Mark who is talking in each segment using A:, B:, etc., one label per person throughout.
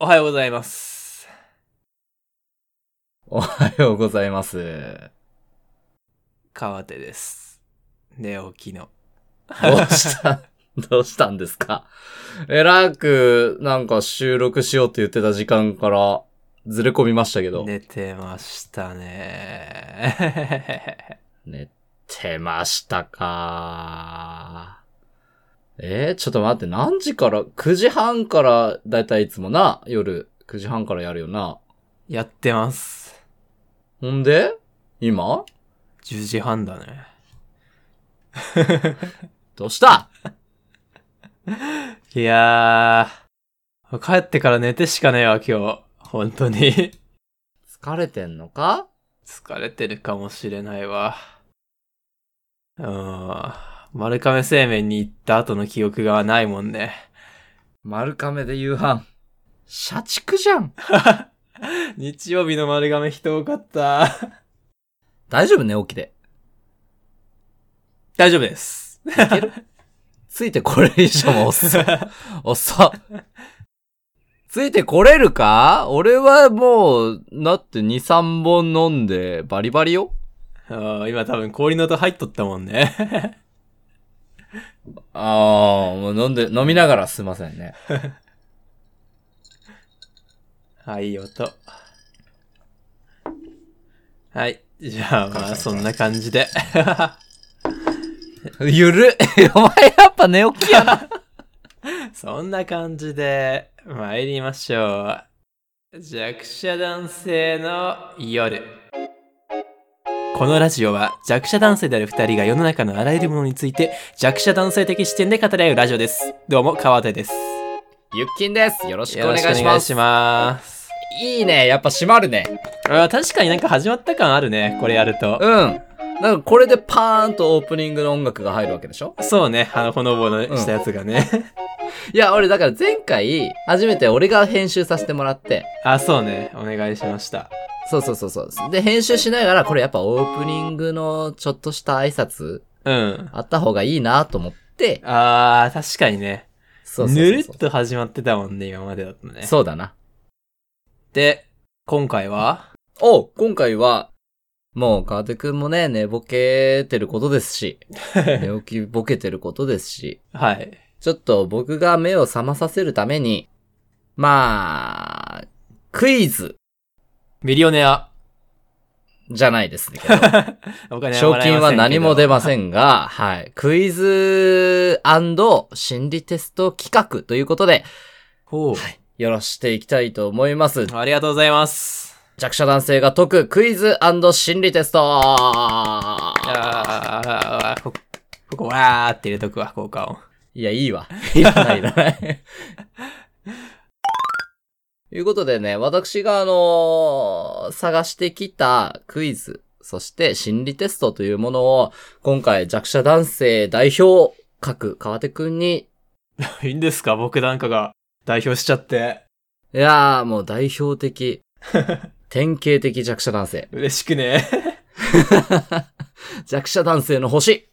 A: おはようございます。
B: おはようございます。
A: 川手です。寝起きの。
B: どうした、どうしたんですかえらく、なんか収録しようって言ってた時間からずれ込みましたけど。
A: 寝てましたね。
B: 寝てましたかえー、ちょっと待って、何時から ?9 時半から、だいたいいつもな、夜9時半からやるよな。
A: やってます。
B: ほんで今
A: 10時半だね。
B: どうした
A: いやー、帰ってから寝てしかねえわ、今日。本当に。
B: 疲れてんのか
A: 疲れてるかもしれないわ。うーん。丸亀製麺に行った後の記憶がないもんね。
B: 丸亀で夕飯。社畜じゃん。
A: 日曜日の丸亀人多かった。
B: 大丈夫寝起きで。
A: 大丈夫です。
B: ついてこれ以上もおっそ。おっそ。ついてこれるか俺はもう、だって2、3本飲んでバリバリよ。
A: あー今多分氷の音入っとったもんね。
B: ああ、もう飲んで、飲みながらすいませんね。
A: はい、いい音。はい。じゃあまあそんな感じで。
B: ゆるっ お前やっぱ寝起きやな。
A: そんな感じで参りましょう。弱者男性の夜。このラジオは弱者男性である二人が世の中のあらゆるものについて弱者男性的視点で語り合うラジオです。どうも、川手です。
B: ゆっきんです。よろしくお
A: よろ
B: 願い
A: しくお
B: し
A: 願
B: ま
A: い
B: す。
A: します。
B: いいね。やっぱ閉まるね。
A: あー確かになんか始まった感あるね、これやると。
B: うん。なんかこれでパーンとオープニングの音楽が入るわけでしょ
A: そうね、あの、ほのぼのしたやつがね。
B: いや、俺だから前回、初めて俺が編集させてもらって、
A: あ、そうね、お願いしました。
B: そうそうそうそう。で、編集しながら、これやっぱオープニングのちょっとした挨拶
A: うん。
B: あった方がいいなと思って、
A: あー、確かにね。
B: そうそうそうそう
A: ぬるっと始まってたもんね、今までだとね。
B: そうだな。
A: で、今回は
B: お今回は、もう、川手くんもね、寝ぼけてることです し、寝起きぼけてることですし、
A: はい。
B: ちょっと僕が目を覚まさせるために、まあ、クイズ
A: ミリオネア。
B: じゃないです ねけど。
A: お金
B: 賞金は何も出ま
A: ん
B: せんが、はい。クイズ心理テスト企画ということで、
A: けど。ほう、
B: よろしていきたいと思います。
A: ありがとうございます。
B: 弱者男性が解くクイズ心理テスト
A: いやー、こここわーって入れとくわ、効果音。
B: いや、いいわ。いらない、いらない。ということでね、私があのー探してきたクイズ、そして心理テストというものを、今回弱者男性代表各川手くんに、
A: いいんですか僕なんかが代表しちゃって。
B: いやー、もう代表的、典型的弱者男性。
A: 嬉しくね。
B: 弱者男性の星。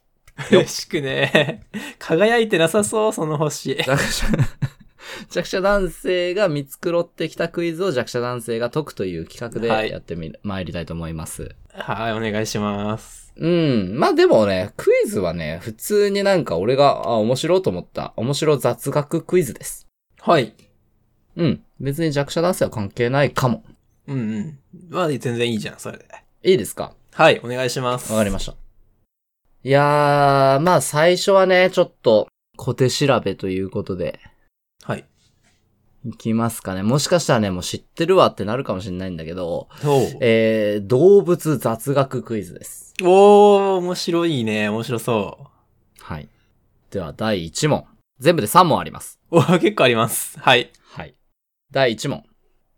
A: 嬉しくね。輝いてなさそう、その星。
B: 弱者、 弱者男性が見繕ってきたクイズを弱者男性が解くという企画
A: はい
B: でやってみる、参りたいと思います。
A: はい、お願いします。
B: うん。まあでもね、クイズはね、普通になんか俺が、あ、面白いと思った、面白雑学クイズです。
A: はい。
B: うん。別に弱者男性は関係ないかも。
A: うんうん。まあ、全然いいじゃん、それで。
B: いいですか
A: はい、お願いします。
B: わかりました。いやー、まあ最初はね、ちょっと、小手調べということで、
A: はい。
B: いきますかね。もしかしたらね、もう知ってるわってなるかもしれないんだけど、
A: おう
B: えー、動物雑学クイズです。
A: おー、面白いね。面白そ
B: はい。では、第1問。全部で3問あります。
A: う。おー、結構あります。はい。
B: はい。第1問。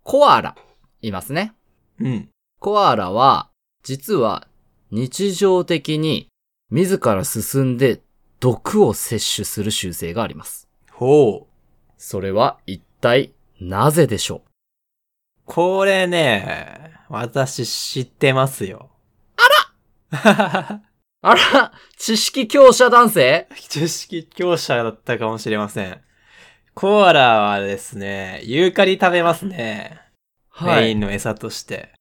B: コアラ、いますね。
A: うん。
B: コアラは、実は、日常的に、自ら進んで、毒を摂取する習性があります。
A: ほう。
B: それは、一体、なぜでしょ
A: これね、私知ってますよ。 あら
B: うあら知識強者男性
A: 知識強者だったかもしれません。コアラはですね、ユーカリ食べますね。
B: は
A: メイ
B: い。
A: ンの餌として。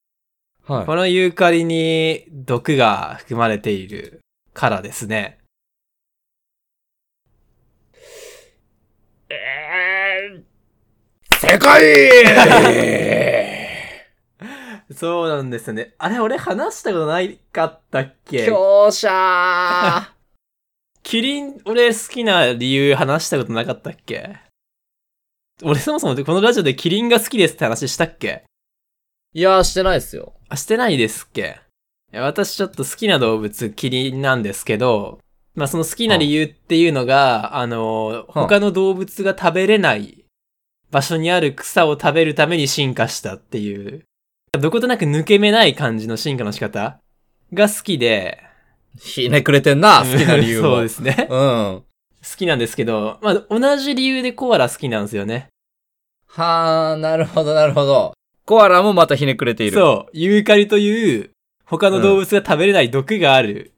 B: は
A: このユーカリに毒が含まれているからですね。
B: い。えー、世 界
A: そうなんですよね。あれ、俺話したことないかったっけ
B: 強者
A: キリン、俺好きな理由話したことなかったっけ俺そもそもこのラジオでキリンが好きですって話したっけ
B: いやー、してないですよ。
A: あ、してないですっけいや私ちょっと好きな動物キリンなんですけど、まあその好きな理由っていうのが、あの、
B: うん
A: 他の動物が食べれない場所にある草を食べるために進化したっていう、どことなく抜け目ない感じの進化の仕方が好きで、
B: ひねくれてんな、好きな理由も。
A: そうですね。
B: うん。
A: 好きなんですけど、まあ、同じ理由でコアラ好きなんですよね。
B: はー、なるほど、なるほど。コアラもまたひねくれている。
A: そう、ユーカリという、他の動物が食べれない毒がある、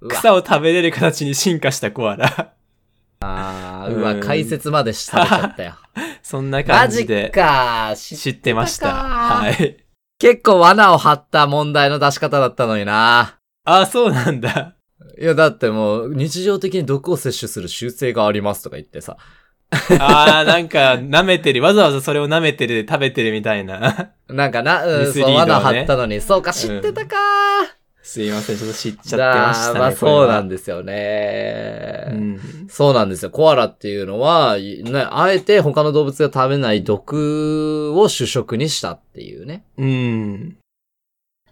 B: うわ。
A: 草を食べれる形に進化したコアラ。
B: あー、
A: うん
B: うわ、解説までされちゃったよ。
A: そんな
B: マ
A: 感
B: ジ
A: じで
B: かし
A: 知ってました。
B: 知ってたか
A: はい。
B: 結構罠を張った問題の出し方だったのにな。
A: あ、そうなんだ。
B: いや、だってもう、日常的に毒を摂取する習性がありますとか言ってさ。
A: あー、なんか、舐めてる。わざわざそれを舐めてる、食べてるみたいな。
B: なんかな、う
A: ミ
B: ん、
A: スリー
B: そ
A: ド
B: う、
A: はね
B: 罠張ったのに、そうか、知ってたか
A: すいません、ちょっと知っち
B: じ
A: ゃって
B: ゃ
A: ま
B: あ
A: したね。
B: まあ、そうなん
A: で
B: ですよね。
A: うん。
B: そうなんですよ。コアラっていうのは、いね、あえて他の動物が食べない毒を主食にしたっていうね。
A: うん。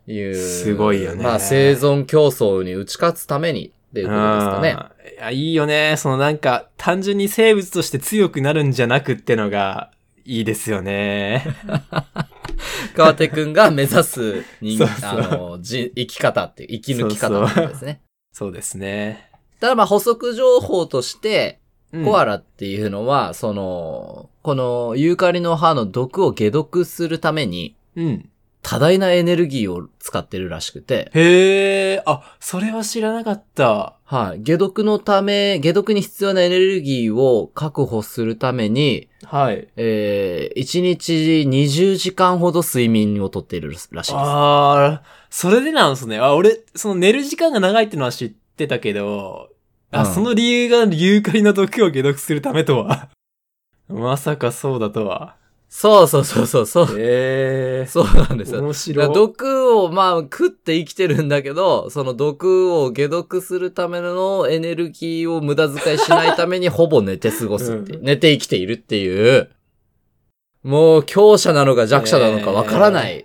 B: いう。
A: すごいよね
B: まあ、生存競争に打ち勝つためにっていうことですかね。
A: うんいや、いいよね。そのなんか、単純に生物として強くなるんじゃなくってのが、いいですよね。
B: 川手くんが目指す
A: そ
B: 人
A: うそう
B: あの、じ生き方っていう、生き抜き方っていうことですね。
A: そうですね。
B: ただまあ補足情報として、コア
A: ラ。
B: ラっていうのは、その、このユーカリの葉の毒を解毒するために、
A: うん。
B: 多大なエネルギーを使ってるらしくて、
A: へえ、あ、それは知らなかった。
B: はい。解毒のため、解毒に必要なエネルギーを確保するために、
A: はい。
B: えー、1日20時間ほど睡眠をとっているらしいです。
A: あー、それでなんですね。あ、俺、その寝る時間が長いってのは知ってたけど、あ、
B: うん
A: その理由がユーカリの毒を解毒するためとは。 まさかそうだとは。
B: そうそうそうそうそう。
A: へ
B: そうなんですよ。
A: 面
B: だ
A: 白
B: から
A: い。
B: 毒を、まあ、食って生きてるんだけど、その毒を解毒するためのエネルギーを無駄遣いしないた めにほぼ寝て過ごすっていう、
A: う
B: 寝て生きているっていう、もう強者なのか弱者なのかわからない、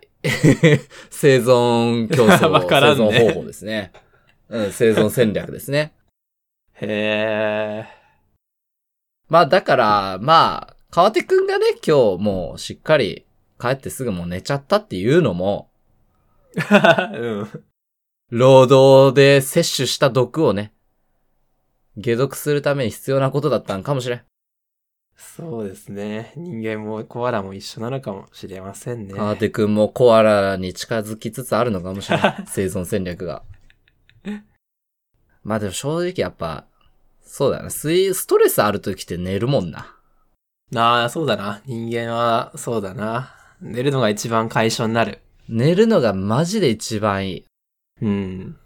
B: 生存競争、
A: わからんね
B: 生存方法ですね。うん、生存戦略ですね。
A: へー。
B: まあ、だから、まあ、川手くんがね、今日もうしっかり帰ってすぐもう寝ちゃったっていうのも、
A: うん。
B: 労働で摂取した毒をね、解毒するために必要なことだったんかもしれん。
A: そうですね。人間もコアラも一緒なのかもしれませんね。
B: 川手くんもコアラに近づきつつあるのかもしれん。生存戦略が。まあでも正直やっぱ、そうだな。スストレスある時って寝るもんな。
A: ああ、そうだな。人間は、そうだな。寝るのが一番解消になる。
B: 寝るのがマジで一番いい。
A: うん。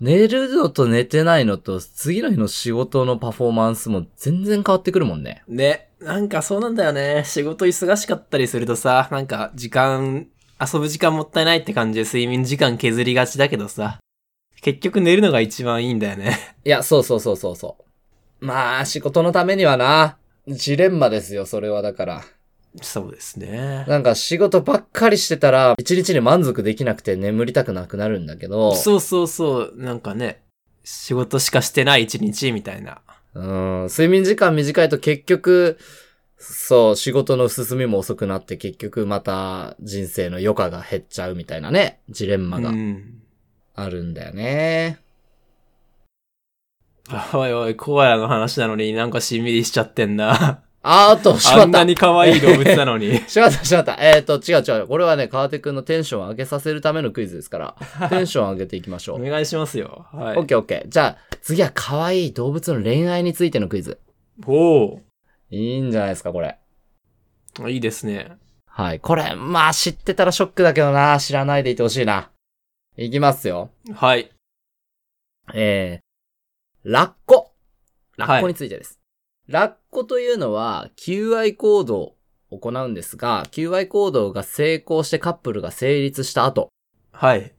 B: 寝るのと寝てないのと、次の日の仕事のパフォーマンスも全然変わってくるもんね。
A: で、なんかそうなんだよね。仕事忙しかったりするとさ、なんか時間、遊ぶ時間もったいないって感じで睡眠時間削りがちだけどさ。結局寝るのが一番いいんだよね。
B: いや、そうそうそうそうそう。まあ、仕事のためにはな、ジレンマですよ、それはだから。
A: そうですね。
B: なんか仕事ばっかりしてたら、一日に満足できなくて眠りたくなくなるんだけど、
A: そうそうそう。なんかね、仕事しかしてない一日みたいな。
B: うん、睡眠時間短いと結局、そう、仕事の進みも遅くなって結局また人生の余暇が減っちゃうみたいなね、ジレンマ
A: う
B: が
A: ん。
B: あるんだよね。
A: おいおい、コアラの話なのになんかしんみりしちゃってん な。
B: あーっと、しま
A: あ
B: っ
A: ん
B: た
A: な。に可愛い動物なの に。
B: しまった、しまった。えっ、ー、と、違う違う。これはね、川手くんのテンションを上げさせるためのクイズで すから、テンションを上げていきましょ
A: お
B: う。
A: 願いしますよ。は
B: オッ
A: い。
B: ケーオッケー。じゃあ、次は可愛い動物の恋愛についてのクイズ。
A: おお。
B: いいんじゃないですか、これ。
A: いいですね。
B: はい。これ、まあ知ってたらショックだけどな、知らないでいてほしいな。いきますよ。
A: はい。
B: えー、ラッコ。ラ
A: はい
B: ッコについてです。ラッコというのは、求愛行動を行うんですが、求愛行動が成功してカップルが成立した後、
A: はい。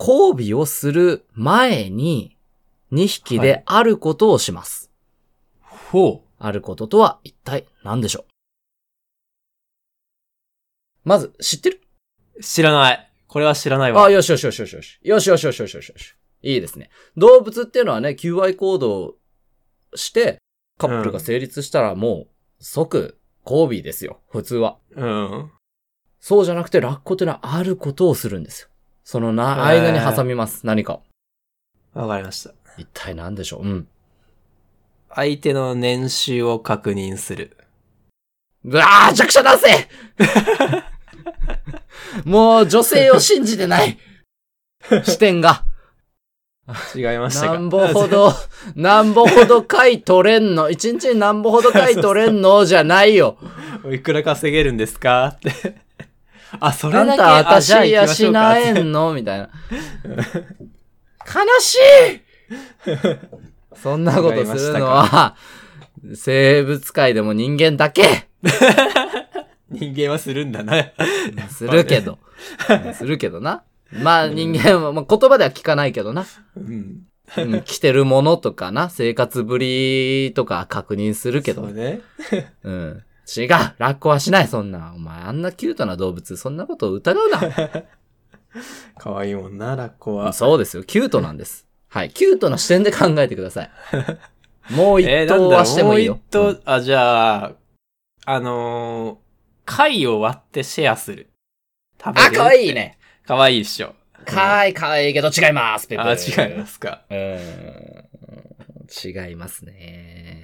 B: 交尾をする前に、2匹
A: は
B: で
A: い
B: あることをします。
A: ほ
B: あることとは一体何でしょうまず、知ってる
A: う。知らない。これは知らないわ。
B: あ、よしよしよしよしよし。よしよしよしよしよしよし。いいですね。動物っていうのはね、求愛行動をして、カップルが成立したらもう、即、交尾ですよ。普通は。
A: うん。
B: そうじゃなくて、ラッコっていうのはあることをするんですよ。その
A: へー
B: な、間に挟みます。何かを。
A: わかりました。
B: 一体何でしょううん。
A: 相手の年収を確認する。
B: うわー弱者男 性もう、女性を信じてない。視点が。
A: 違いましたか。
B: なんぼほ。ど、なんぼほど回取れんの。一日になんぼほど回取れんのじゃないよ。
A: おいくら稼げるんですかって。 あ、それ
B: あ
A: だけ
B: んた
A: あじゃあ
B: 私
A: 行きましょうか
B: 養えんのみたいな。悲しいそんなことするのは、生物界でも人間だけ
A: 人間はするんだな。
B: するけど。するけどな。まあ人間は、まあ、言葉では聞かないけどな。
A: うん。
B: うん着てるものとかな、生活ぶりとか確認するけど
A: そう。ね。
B: うん。違うラッコはしないそんな。お前、あんなキュートな動物、そんなことを疑うな。
A: 可愛いもんな、ラッコは。
B: そうですよ。キュートなんです。はい。キュートな視点で考えてく ださい。もう一
A: えー、なん
B: 頭
A: だ
B: はして
A: ろう、も
B: も
A: う
B: いい
A: 一
B: よ。
A: 頭、
B: うん
A: あ、じゃあ、あのー、貝を割ってシェアする。食べれ
B: あ、
A: る
B: かわいい。ね。
A: かわいいっしょ。
B: かわいい、かわいいけど違います、ペペ。
A: あ、違いま。すか。
B: うーん。違いますね。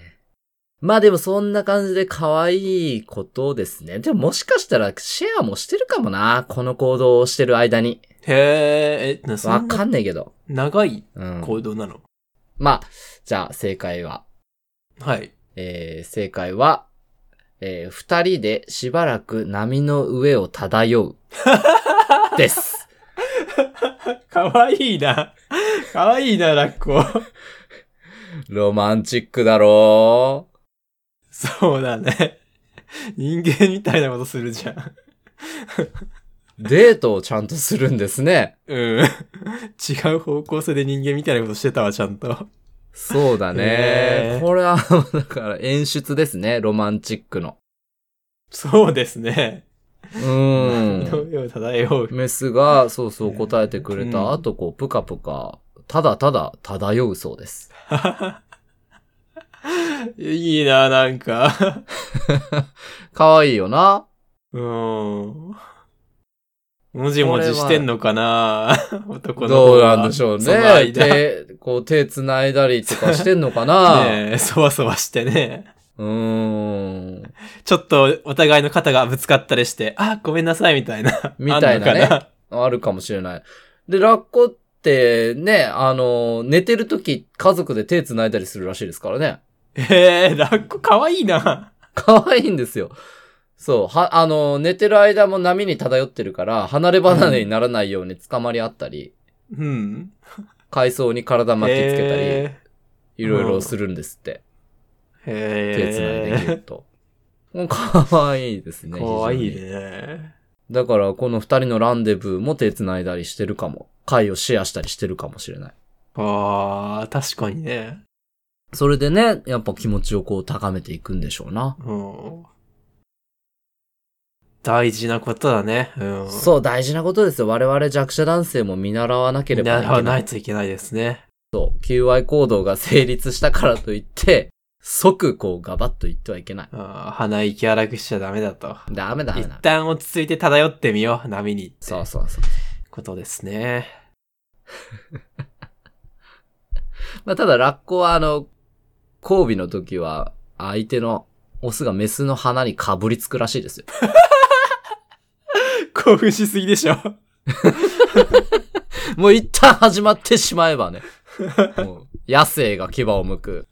B: まあでもそんな感じで可愛いことですね。でももしかしたらシェアもしてるかもな。この行動をしてる間に。
A: へーえ、なそ
B: わ
A: ん
B: か
A: なん
B: ないけど。
A: 長い
B: うん。
A: 行動なの、
B: まあ、じゃあ正解は、
A: はい。
B: えー正解は、えー二人でしばらく波の上を漂う。です。
A: かわいいな。かわいいな、ラッコ。
B: ロマンチックだろ
A: そうだね。人間みたいなことするじゃん。
B: うデートをちゃんとするんですね。
A: うん。違う方向性で人間みたいなことしてたわ、ちゃんと。
B: そうだね
A: へ。ー
B: これは、だから演出ですね。ロマンチックの。
A: そうですね。
B: う
A: の
B: ーん。
A: よう漂う。
B: メスが、そうそう答えてくれ
A: う
B: た
A: ん
B: 後、こう、ぷかぷか、ただただ漂うそうです。
A: いいな、なんか。
B: 可愛いよな。
A: うん。もじもじしてんのかな 男の子
B: どう
A: は
B: なんでしょう
A: その
B: ね。
A: 間ね
B: 手、こう手繋いだりとかしてんの かな、
A: え、そわそわしてね。
B: うーん。
A: ちょっとお互いの肩がぶつかったりして、あ、ごめんなさい、みたいな。
B: みたいなね
A: あんのか
B: あるかもしれない。で、ラッコってね、あの、寝てる時家族で手繋いだりするらしいですからね。
A: な。えー、ラッコかわいいな。
B: 可愛いんですよ。そう、は、あの、寝てる間も波に漂ってるから、離れ離れにならないように捕まり合ったり、
A: うん。
B: 海藻に体巻きつけたり、
A: え
B: いろいろするんですって。
A: ーへ
B: 手繋いで
A: ー
B: ぎゅっと。もう可愛いですね。
A: かわい
B: 非常に
A: いね。
B: だから、この二人のランデブーも手繋いだりしてるかも。会をシェアしたりしてるかもしれない。
A: ああ、確かにね。
B: それでね、やっぱ気持ちをこう高めていくんでしょうな。
A: うん。大事なことだね。うん。
B: そう、大事なことですよ。我々弱者男性も見習わなければいけ
A: 習
B: ない。
A: わないといけないですね。
B: そう、求愛行動が成立したからといって、即こうガバッと言ってはいけない。
A: あー鼻息荒くしちゃダメだと。
B: ダメだ、ダメ
A: 一
B: だ。
A: 旦落ち着いて漂ってみよう、波に。
B: そうそうそう。
A: ことですね。
B: まあ、ただ、ラッコはあの、交尾の時は、相手のオスがメスの鼻にかぶりつくらしいですよ。
A: 興奮しすぎでしょ。
B: もう一旦始まってしまえばね。もう野生が牙を剥く。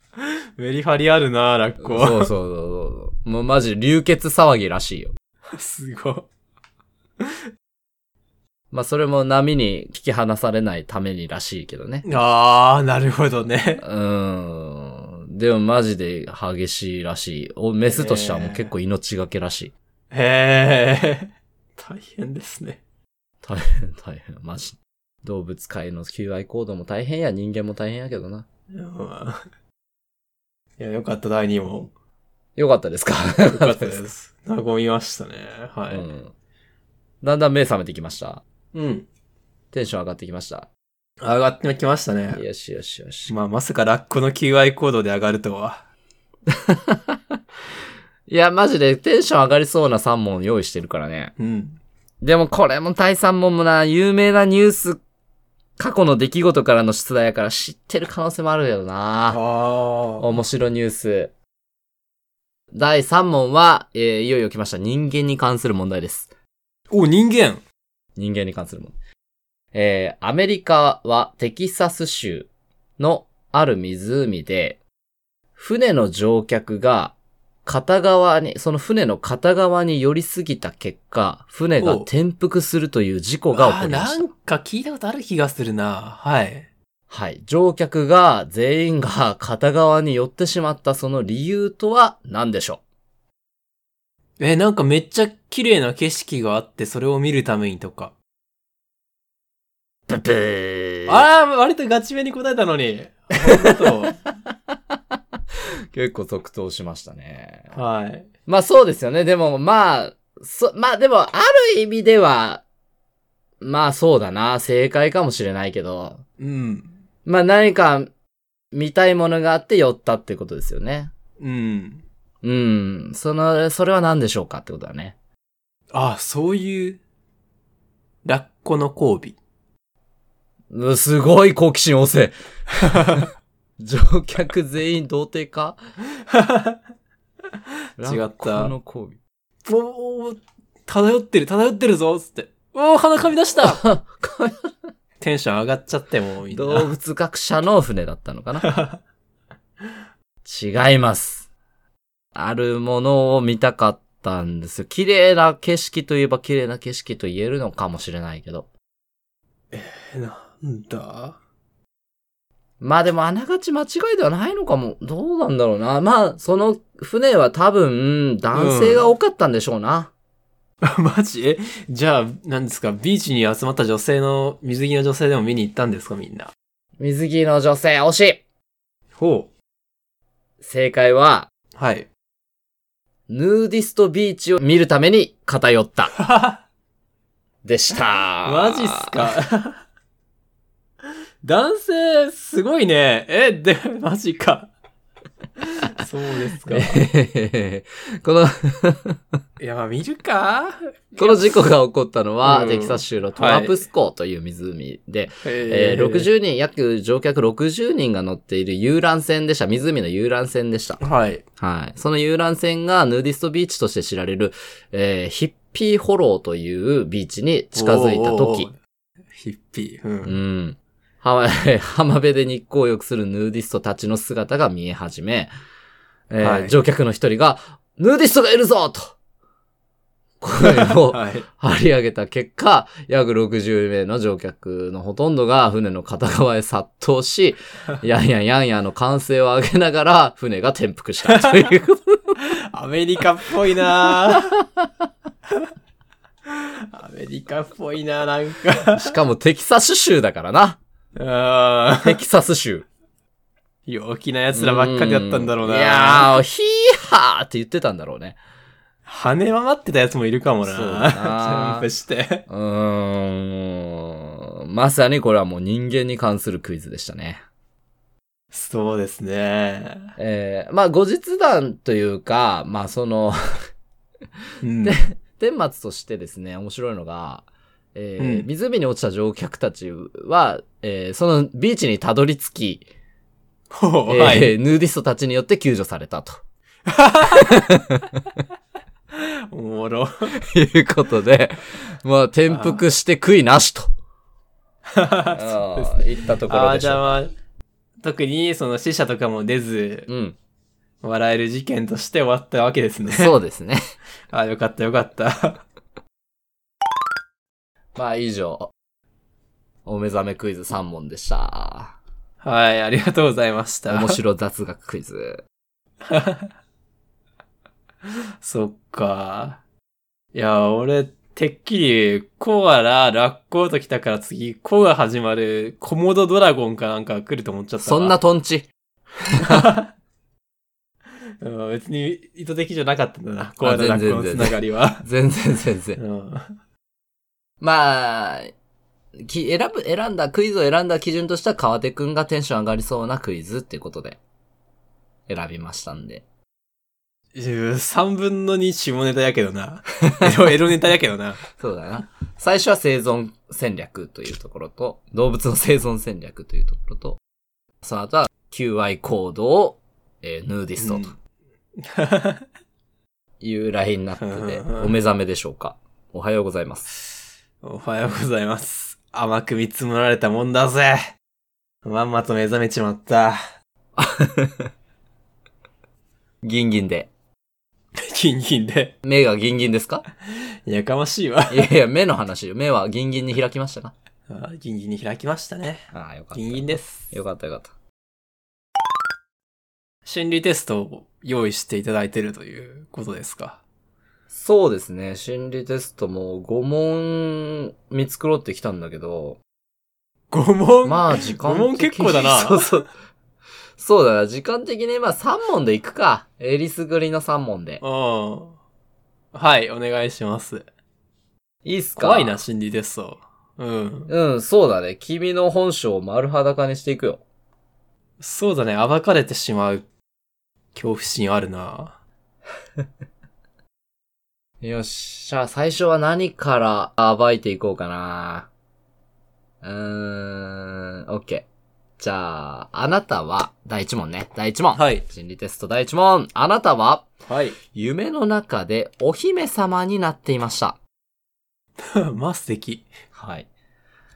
A: メリハリあるな、ラッ
B: そうそ
A: コ。
B: うそうそう。もうマジ流血騒ぎらしいよ。
A: すごい。
B: まあそれも波に引き離されないためにらしいけどね。
A: あー、なるほどね。
B: うーん。でもマジで激しいらしい。おメスとしてはもう結構命がけらしい。
A: へえ。大変ですね。
B: 大変、大変、マジ。動物界の求愛行動も大変や、人間も大変やけどな。
A: うんいや、よかった、第2問。
B: よかったですか
A: よかったです。和みましたね。は
B: う
A: い。
B: ん。だんだん目覚めてきました。
A: うん。
B: テンション上がってきました。
A: 上がってきましたね。
B: よしよしよし。
A: まあ、まさかラッコの QI コードで上がるとは。
B: いや、マジでテンション上がりそうな3問用意してるからね。
A: うん。
B: でもこれも第3問もな、有名なニュース、過去の出来事からの出題やから知ってる可能性もあるけどな。
A: ああ。
B: 面白ニュース。第3問は、えーいよいよ来ました。人間に関する問題です。
A: お、人間
B: 人間に関する問題。えーアメリカはテキサス州のある湖で、船の乗客が片側に、その船の片側に寄りすぎた結果、船が
A: おう
B: 転覆するという事故が起こりま
A: あー
B: し
A: な
B: た。
A: んか聞いたことある気がするな。はい。
B: はい。乗客が全員が片側に寄ってしまったその理由とは何でしょう
A: え、なんかめっちゃ綺麗な景色があって、それを見るためにとか。
B: ブブー
A: ああ、割とガチめに答えたのに。本
B: 結構即答しましたね。
A: 当 はい。
B: まあそうですよね。でもまあ、そ、まあでもある意味では、まあそうだな。正解かもしれないけど、
A: うん。
B: まあ何か見たいものがあって寄ったってことですよね。
A: うん。
B: うん。その、それは何でしょうかってことだね。
A: ああ、そういう、ラッコの交
B: うんすごい好奇心旺盛。乗客全員童貞か
A: 尾。違った
B: ラッコの交尾
A: おー、漂ってる、漂ってるぞつって。おー、鼻かみ出 した
B: あかわい
A: テンション上がっちゃって、もうみ
B: い
A: ん
B: 動
A: な。
B: 物学者の船だったのかな違います。あるものを見たかったんですよ。綺麗な景色といえば綺麗な景色と言えるのかもしれないけど。
A: えなんだ
B: まあでもあながち間違いではないのかも。どうなんだろうな。まあ、その船は多分、男性が多かったんでしょうな。
A: マジえ、じゃあ、なんですか、ビーチに集まった女性の、水着の女性でも見に行ったんですか、みんな。
B: 水着の女性、惜しい
A: ほう。
B: 正解は、
A: はい。
B: ヌーディストビーチを見るために偏った。でした。
A: マジっすか 男性、すごいね。え、で、マジか。そうですか。い
B: この、
A: や、まあ見るか
B: この事故が起こったのは、
A: うん
B: テキサス州のトラプス港という湖で、え
A: え
B: ー60人、約乗客60人が乗っている遊覧船でした。湖の遊覧船でした。
A: はい。
B: はい。その遊覧船がヌーディストビーチとして知られる、えーヒッピーホローというビーチに近づいた
A: おー
B: 時
A: お、ー。ヒッピー。う。
B: うんん。浜 浜辺で日光を良くするヌーディストたちの姿が見え始め、えー
A: はい
B: 乗客の一人が、ヌーディストがいるぞと声を
A: はい。
B: 張り上げた結果、約60名の乗客のほとんどが船の片側へ殺到 し、やんやんやんやんの歓声を上げながら船が転覆したという こと。
A: アメリカっぽいなぁ アメリカっぽいなぁなんか。
B: しかもテキサス州だからな。
A: あー
B: テキサス州。
A: 陽気な奴らばっかりだったんだろうなぁ
B: いやー、ヒーハーって言ってたんだろうね。
A: 羽は待ってた奴もいるかもな
B: そうだ
A: ぁ
B: なぁ
A: ジャンプして。
B: うーん。まさにこれはもう人間に関するクイズでしたね。
A: そうですね。
B: えー、まあ後日談というか、まあその、
A: うん。
B: 天末としてですね、面白いのが、えー
A: うん
B: 湖に落ちた乗客たちは、えーそのビーチにたどり着き、
A: ほう
B: えー
A: はい。
B: ヌーディストたちによって救助されたと
A: おも ろ。
B: いうことで、まあ転覆して悔いなしと、
A: そうですね。
B: いったとこ
A: あ
B: ろ
A: あ、
B: でし
A: じゃ
B: ょう。
A: あまあ、特にその死者とかも出ず、
B: うん。
A: 笑える事件として終わったわけです ね。
B: そうですね。
A: あ、よかったよかった。
B: まあ以上。お目覚めクイズ3問でした。
A: はい、ありがとうございました。
B: 面白雑学クイズ。
A: そっか。いや、俺、てっきり、コアラ、ラッコウと来たから次、コが始まる、コモドドラゴンかなんか来ると思っちゃった
B: そんなトンチ。
A: うん別に意図的じゃなかったんだな、コアラ、ラ
B: 全
A: ッ
B: 然
A: コウのつながり は。
B: 全然全然。
A: うん
B: まあ、き、選ぶ、選んだ、クイズを選んだ基準としては川手くんがテンション上がりそうなクイズっていうことで、選びましたんで。
A: 3分の2下ネタやけどな。 エロエロネタやけどな。
B: そうだな。最初は生存戦略というところと、動物の生存戦略というところと、その後は、求愛行動、えーヌーディストというラインナップで、
A: うん
B: お目覚めでしょうか。おはようございます。
A: おはようございます。甘く見積もられたもんだぜ。まんまと目覚めちまった。
B: ギンギンで。
A: ギンギンで。
B: 目がギンギンですか
A: やかましいわ。
B: いやいや、目の話よ。目はギンギンに開きましたか
A: あーギンギンに開きましたね。
B: ああ、よかった。
A: ギンギンです。
B: よかったよかった。
A: 心理テストを用意していただいてるということですか。
B: そうですね。心理テストも5問見繕ってきたんだけど、
A: 5問
B: まあ時間的に
A: 5問結構だな
B: そうそう。そうだな。時間的にまあ3問でいくか。えりすぐりの3問で。
A: うん。はい、お願いします。
B: いいっすか
A: 怖いな、。心理テスト。うん。
B: うん、そうだね。君の本性を丸裸にしていくよ。
A: そうだね、暴かれてしまう恐怖心あるな。
B: よっしゃ、最初は何から暴いていこうかな。うーん、オッケー。じゃあ、あなたは、第1問ね。第1問。
A: はい。
B: 心理テスト第1問。あなたは、
A: はい。
B: 夢の中でお姫様になっていました。
A: まあ素敵。
B: はい。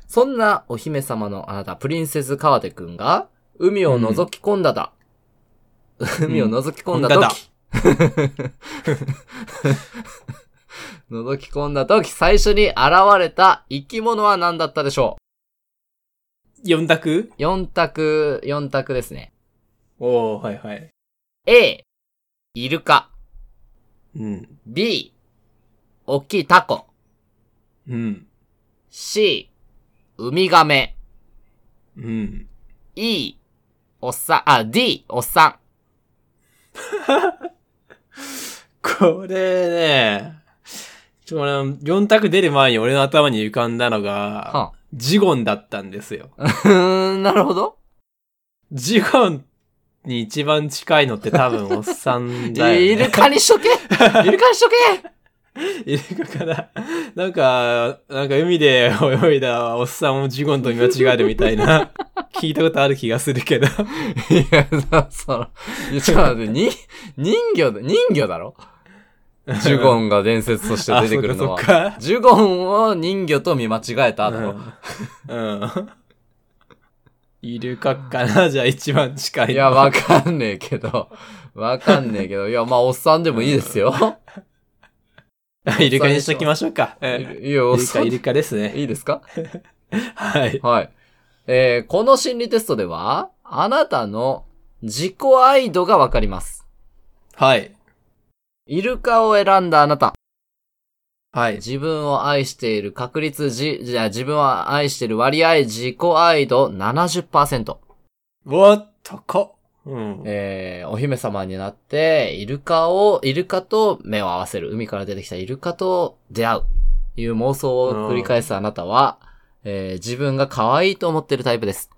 B: そんなお姫様のあなた、プリンセス川手くんが、海を覗き込んだだ。海を覗き込んだ
A: うん
B: 時。 覗き込んだ時、最初に現れた生き物は何だったでしょ
A: 4択
B: う ?4 択、4択ですね。
A: おー、はいはい。
B: A、イルカ。
A: うん。
B: B、大きいタコ。
A: うん。
B: C、ウミガメ。
A: うん。
B: E、おっさん、あ、D、おっさん。
A: これね、ちょ、俺、4択出る前に俺の頭に浮かんだのが、
B: は
A: ジゴンだったんですよ。
B: あ、うーん、なるほど。
A: ジゴンに一番近いのって多分おっさんだよ、ね。
B: イルカにしと けイルカにしとけ
A: イルカかな。なんか、なんか海で泳いだおっさんをジゴンと見間違えるみたい な、聞いたことある気がするけど。
B: いや、その、いやちょっと 待って、に、人魚だ、人魚だろジュゴンが伝説として出てくるの
A: あ、。
B: は
A: そっか
B: ジュゴンを人魚と見間違えただろ、
A: うん。うん。イルカかなじゃあ一番近いの。
B: いや、わかんねえけど、わかんねえけど、いや、まあ、おっさんでもいいですよ。
A: イルカにしときましょうか。うん
B: いや、おっ
A: イル
B: さ
A: カ、
B: ん、
A: イ
B: い
A: ルカですね。
B: いですか
A: はい。
B: はい。えー、この心理テストでは、あなたの自己愛度がわかります。
A: はい。
B: イルカを選んだあなた。
A: はい。
B: 自分を愛している確率じ、じゃあ自分を愛している割合自己愛度70%。
A: おっとこ。うん。
B: えー、お姫様になって、イルカを、イルカと目を合わせる。海から出てきたイルカと出会う。いう妄想を繰り返すあなたは、えー、自分が可愛いと思ってるタイプです。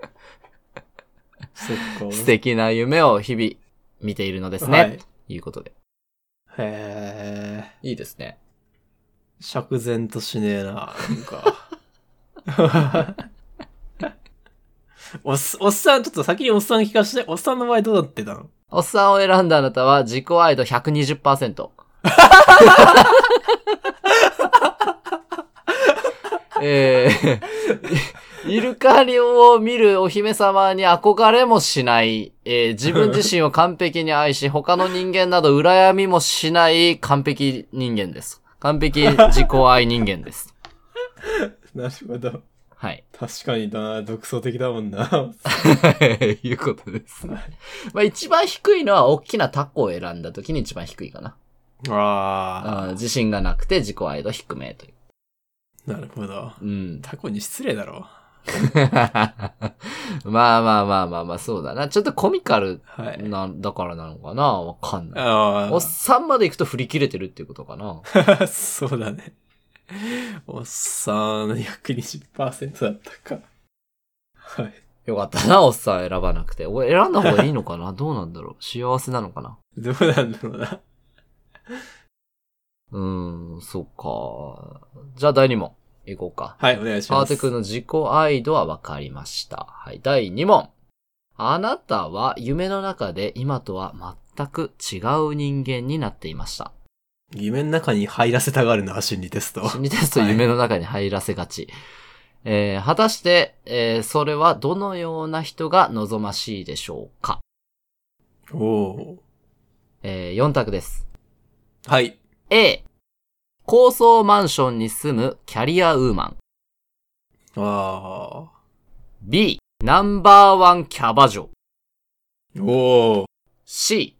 A: そっか。
B: 素敵な夢を日々見ているのですね。
A: はいい、
B: うことで。
A: へえ。
B: いいですね。
A: 釈然としねえな、なん か。おっす、おっさん、ちょっと先におっさん聞かして、おっさんの場合どうなってたの
B: おっさんを選んだあなたは自己愛度120%。えー、イルカ漁を見るお姫様に憧れもしない、えー自分自身を完璧に愛し、他の人間など羨みもしない完璧人間です。完璧自己愛人間です。
A: なるほど。
B: はい。
A: 確かにだな、独創的だもんな。
B: いうことですね。まあ一番低いのは大きなタコを選んだ時に一番低いかな。
A: あ
B: あー自信がなくて自己愛度低めという。
A: あ、なるほど。
B: うん。
A: タコに失礼だろ。
B: まあまあまあまあまあ、そうだな。ちょっとコミカル
A: はい。
B: な、だからなのかなわかんない。
A: あ
B: おっさんまで行くと振り切れてるっていうことかな。
A: あ、そうだね。おっさん、120%だったか。はい。
B: よかったな、おっさん選ばなくて。お選んだ方がいいのか などうなんだろう幸せなのかな
A: どうなんだろうな。
B: うーん、そっか。じゃあ第2問。行こうか。
A: はい、お願いし
B: パ
A: ま
B: ー
A: す。
B: テ君の自己愛度は分かりました。はい。第2問。あなたは夢の中で今とは全く違う人間になっていました。
A: 夢の中に入らせたがるな、心理テス ト。
B: 心理テストを夢の中に入らせがち。えー果たして、えーそれはどのような人が望ましいでしょうか
A: おお
B: え4択です。
A: ー。はい。
B: A、高層マンションに住むキャリアウーマン。
A: あ
B: B、ナンバーワンキャバ嬢。
A: あ。おお。
B: C、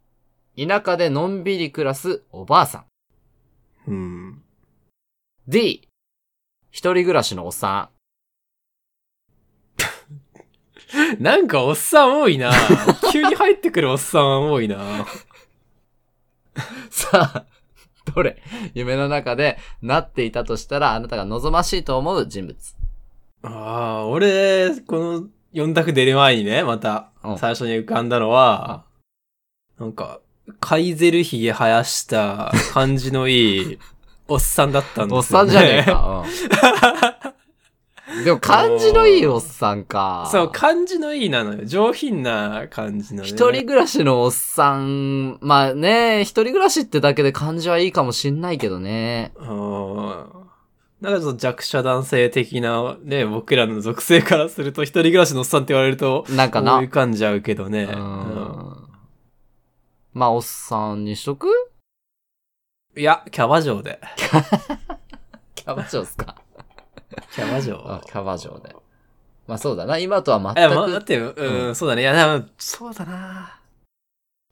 B: 田舎でのんびり暮らすおばあさん。
A: うん。
B: D、一人暮らしのおっさ
A: なんかおっさん多いな。急に入ってくるおっさん多いな。
B: ん。 さあ、どれ夢の中でなっていたとしたらあなたが望ましいと思う人物。
A: ああ、俺、この4択出る前にね、また
B: うん、
A: 最初に浮かんだのは、なんか、カイゼルヒゲ生やした感じの いい、おっさんだったん
B: おっ
A: です
B: さ
A: よ、ね。
B: んじゃねえ。か。うん、でも感じのいいおっさん か。
A: そう、感じのいいなのよ。上品な感じの、ね。
B: 一人暮らしのおっさん、まあね、一人暮らしってだけで感じはいいかもしんないけどね。
A: うんなんかちょっと弱者男性的なね、僕らの属性からすると、一人暮らしのおっさんって言われると、
B: なんかな。
A: 思い浮かんじゃうけどね。
B: う
A: うん
B: んまあ、おっさんにしとく
A: いや、キャバ嬢で。
B: キャバ嬢っ すか。
A: キャバ嬢
B: あ。キャバ嬢で。まあそうだな。今とは全
A: え、ま、待
B: く。
A: って、うん、
B: う
A: そうだね。いや、でも、そうだな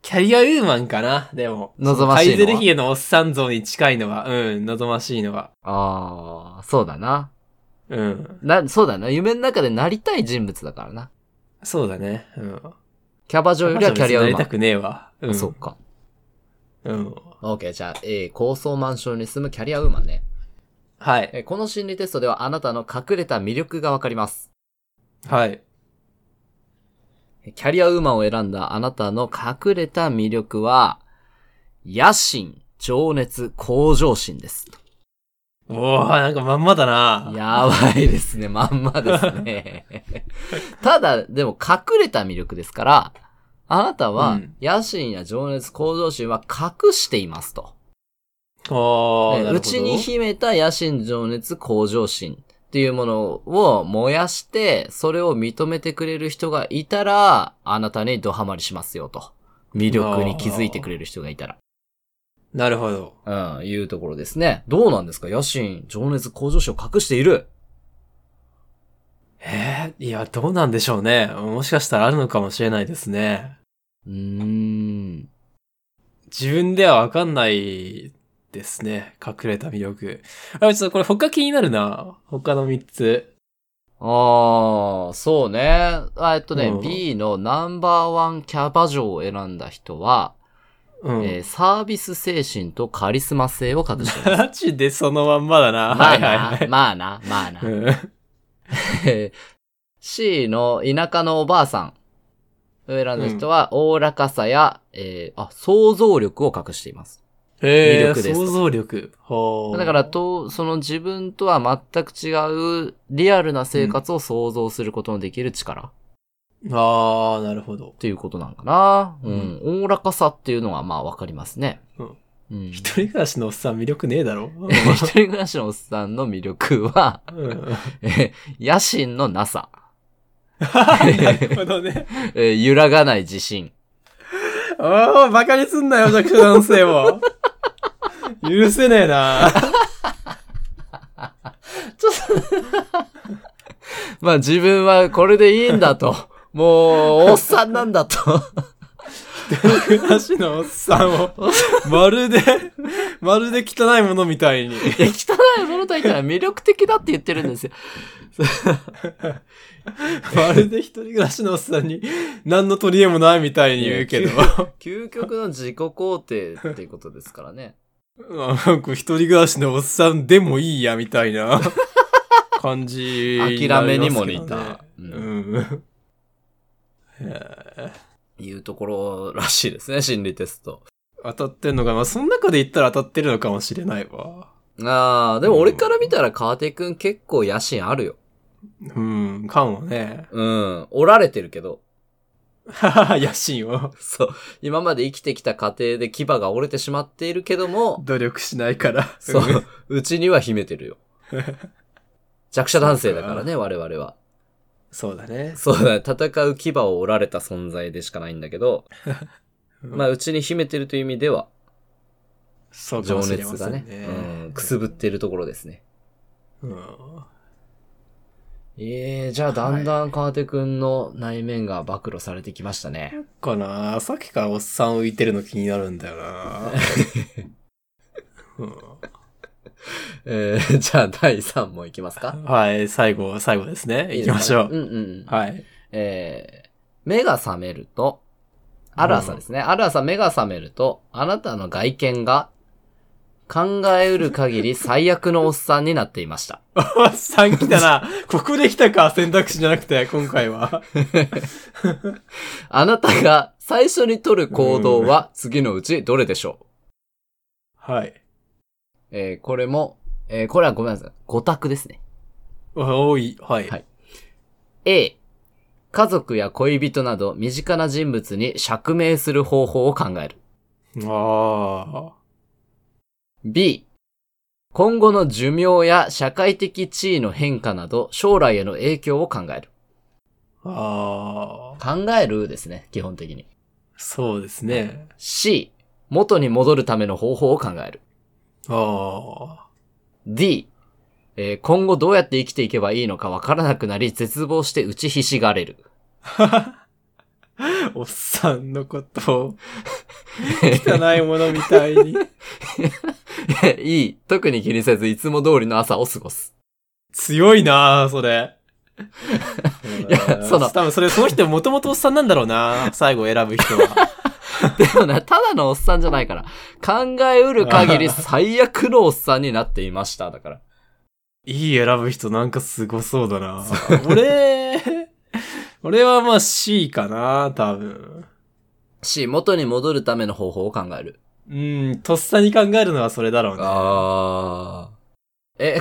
A: キャリアウーマンかな、でも。
B: 望ましいのは
A: カイゼルヒゲのおっさん像に近いのは、うん、望ましいのは。
B: ああ、そうだな。
A: うん。
B: な、そうだな。夢の中でなりたい人物だからな。
A: そうだね。うん。
B: キャバ嬢よりはキャリア
A: な
B: ウ
A: り
B: ーマ
A: た
B: ン。
A: くねえわ。うん。
B: そうか。
A: うん。
B: OK、じゃあ、A、高層マンションに住むキャリアウーマンね。
A: はい。
B: えこの心理テストではあなたの隠れた魅力がわかります。
A: はい。
B: キャリアウーマンを選んだあなたの隠れた魅力は、野心、情熱、向上心です。
A: おー、なんかまんまだな
B: やばいですね。まんまです ね。ただ、でも隠れた魅力ですから、あなた
A: う
B: は
A: ん、
B: 野心や情熱、向上心は隠していますと。
A: おー、なるほど
B: うちに秘めた野心、情熱、向上心っていうものを燃やして、それを認めてくれる人がいたら、あなたにドハマりしますよと。魅力に気づいてくれる人がいたら。
A: なるほど。
B: うん、いうところですね。どうなんですか野心、情熱、向上心を隠している
A: えー、いや、どうなんでしょうね。もしかしたらあるのかもしれないですね。
B: うーん。
A: 自分ではわかんないですね。隠れた魅力。あ、ちょっとこれ他気になるな。他の3つ。
B: ああ、そうね。あえっとね、
A: うん
B: B のナンバーワンキャバ嬢を選んだ人は、
A: うん。
B: えーサービス精神とカリスマ性を隠している。
A: マジでそのまんまだな。
B: ま
A: は
B: あ
A: いはいは
B: な、
A: い。
B: まあな、まあな。
A: うん
B: えー C の田舎のおばあさんを選んだ人は、おおらかさや、えーあ、想像力を隠しています。
A: え
B: 魅
A: ー、
B: 力ですと
A: 想像力。ほう。
B: だから、と、その自分とは全く違うリアルな生活を想像することのできる
A: あ
B: 力。
A: ー、なるほど
B: っ。ていうことなんかな。う
A: うん
B: ん。おおらかさっていうのはまあわかりますね。うん。
A: 一人暮らしのおっさん魅力ねえだろ。
B: 一人暮らしのおっさんの魅力は、
A: うん、
B: え野心のなさ、
A: なるほどね。
B: え揺らがない自信。
A: おお、バカにすんなよ、弱者男性を。許せねえな。
B: まあ自分はこれでいいんだ と。もう、おっさんなんだ と。
A: 暮らしのおっさんを、まるで、まるで汚いものみたいに。
B: いや汚いものと言ったら魅力的だって言ってるんですよ。
A: まるで一人暮らしのおっさんに、何の取り柄もないみたいに言うけど。
B: 究極の自己肯定っていうことですからね。
A: まあなんか一人暮らしのおっさんでもいいや、みたいな感じにな
B: 諦め
A: り
B: に
A: ます
B: も
A: けどね、
B: 似た、う、
A: うんん。へえ
B: いうところらしいですね、心理テスト。
A: 当たってんのかな、まあ、その中で言ったら当たってるのかもしれないわ。
B: ああ、でも俺から見たら川手くん結構野心あるよ。
A: うん、かもね。
B: うん、折られてるけど。
A: ははは野心を。
B: そう。今まで生きてきた過程で牙が折れてしまっているけど も、
A: 努力しないから。
B: そ
A: ん
B: う。うちには秘めてる よ。弱者男性だからね、我々は。
A: そうだね。
B: そうだね。戦う牙を折られた存在でしかないんだけど、まあ、うちに秘めてるという意味では、
A: そうか
B: 情
A: もしれま
B: 熱
A: せ
B: が
A: ん
B: ね
A: ね。、
B: うん、くすぶってるところですね。
A: うん
B: ええじゃあだんだん川手くんの内面が暴露されてきましたね。
A: かなさっきからおっさん浮いてるの気になるんだよ な、う
B: えー、じゃあ第3問いきますか
A: んはい、最後、最後ですね。行きましょう。
B: いいですかねうんうん。
A: はい。
B: えー、目が覚めると、ある朝ですね。ある朝目が覚めると、あなたの外見が、考えうる 限り最悪のおっさんになっていました。
A: おっさん来たな。ここで来たか、選択肢じゃなくて、今回は。
B: あなたが最初に取る行動は次のうちどれでしょう、
A: はい。
B: えー、これも、えー、これはごめんなさい。5択ですね。
A: お多い。はい。
B: はい A、家族や恋人など身近な人物に釈明する方法を考える。
A: あ
B: B、今後の寿命や社会的地位の変化など将来への影響を考える。
A: あ。ああ。
B: 考えるですね、基本的に。
A: そうですね。
B: C、元に戻るための方法を考える。
A: ああ。
B: D、えー今後どうやって生きていけばいいのかわからなくなり絶望して打ちひしがれ る。
A: おっさんのことを、 汚いものみたいに。
B: E、特に気にせずいつも通りの朝を過ごす。
A: 強いなあそれ。
B: いやその
A: 多分それ、その人もともとおっさんなんだろうな最後選ぶ人 は。
B: でもな、ただのおっさんじゃないから。考えうる限り最悪のおっさんになっていました。だから。
A: いい選ぶ人なんかすごそうだな俺、俺はまあ C かな多分。
B: C、元に戻るための方法を考える。
A: うん、とっさに考えるのはそれだろうね。
B: ああ。え、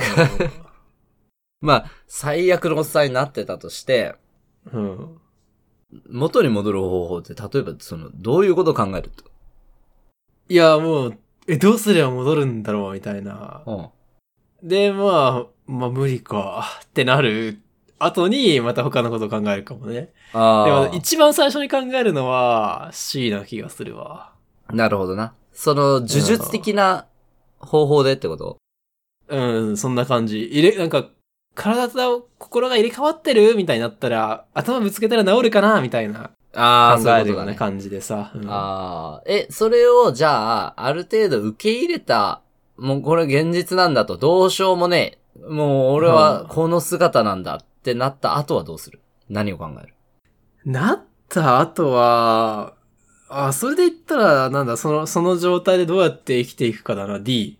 B: まあ、最悪のおっさんになってたとして、
A: うん。
B: 元に戻る方法って、例えば、その、どういうことを考えると。
A: いや、もう、え、どうすれば戻るんだろうみたいな。
B: うん。
A: で、まあ、まあ無理か。ってなる後に、また他のことを考えるかもね。で
B: あ
A: も一番最初に考えるのは C な気がするわ。
B: あ。なるほどな。その、呪術的な方法でってこと
A: うん、そんな感じ。入れ、なんか、体と心が入れ替わってるみたいになったら、頭ぶつけたら治るかなみたいな
B: あ
A: 考えるような
B: あ
A: 感じでさ。うん
B: あ。え、それを、じゃあ、ある程度受け入れた、もうこれ現実なんだと、どうしようもねえ。もう俺はこの姿なんだってなった後はどうする何を考える
A: なった後は、あ、それで言ったら、なんだ、その、その状態でどうやって生きていくかだな、D。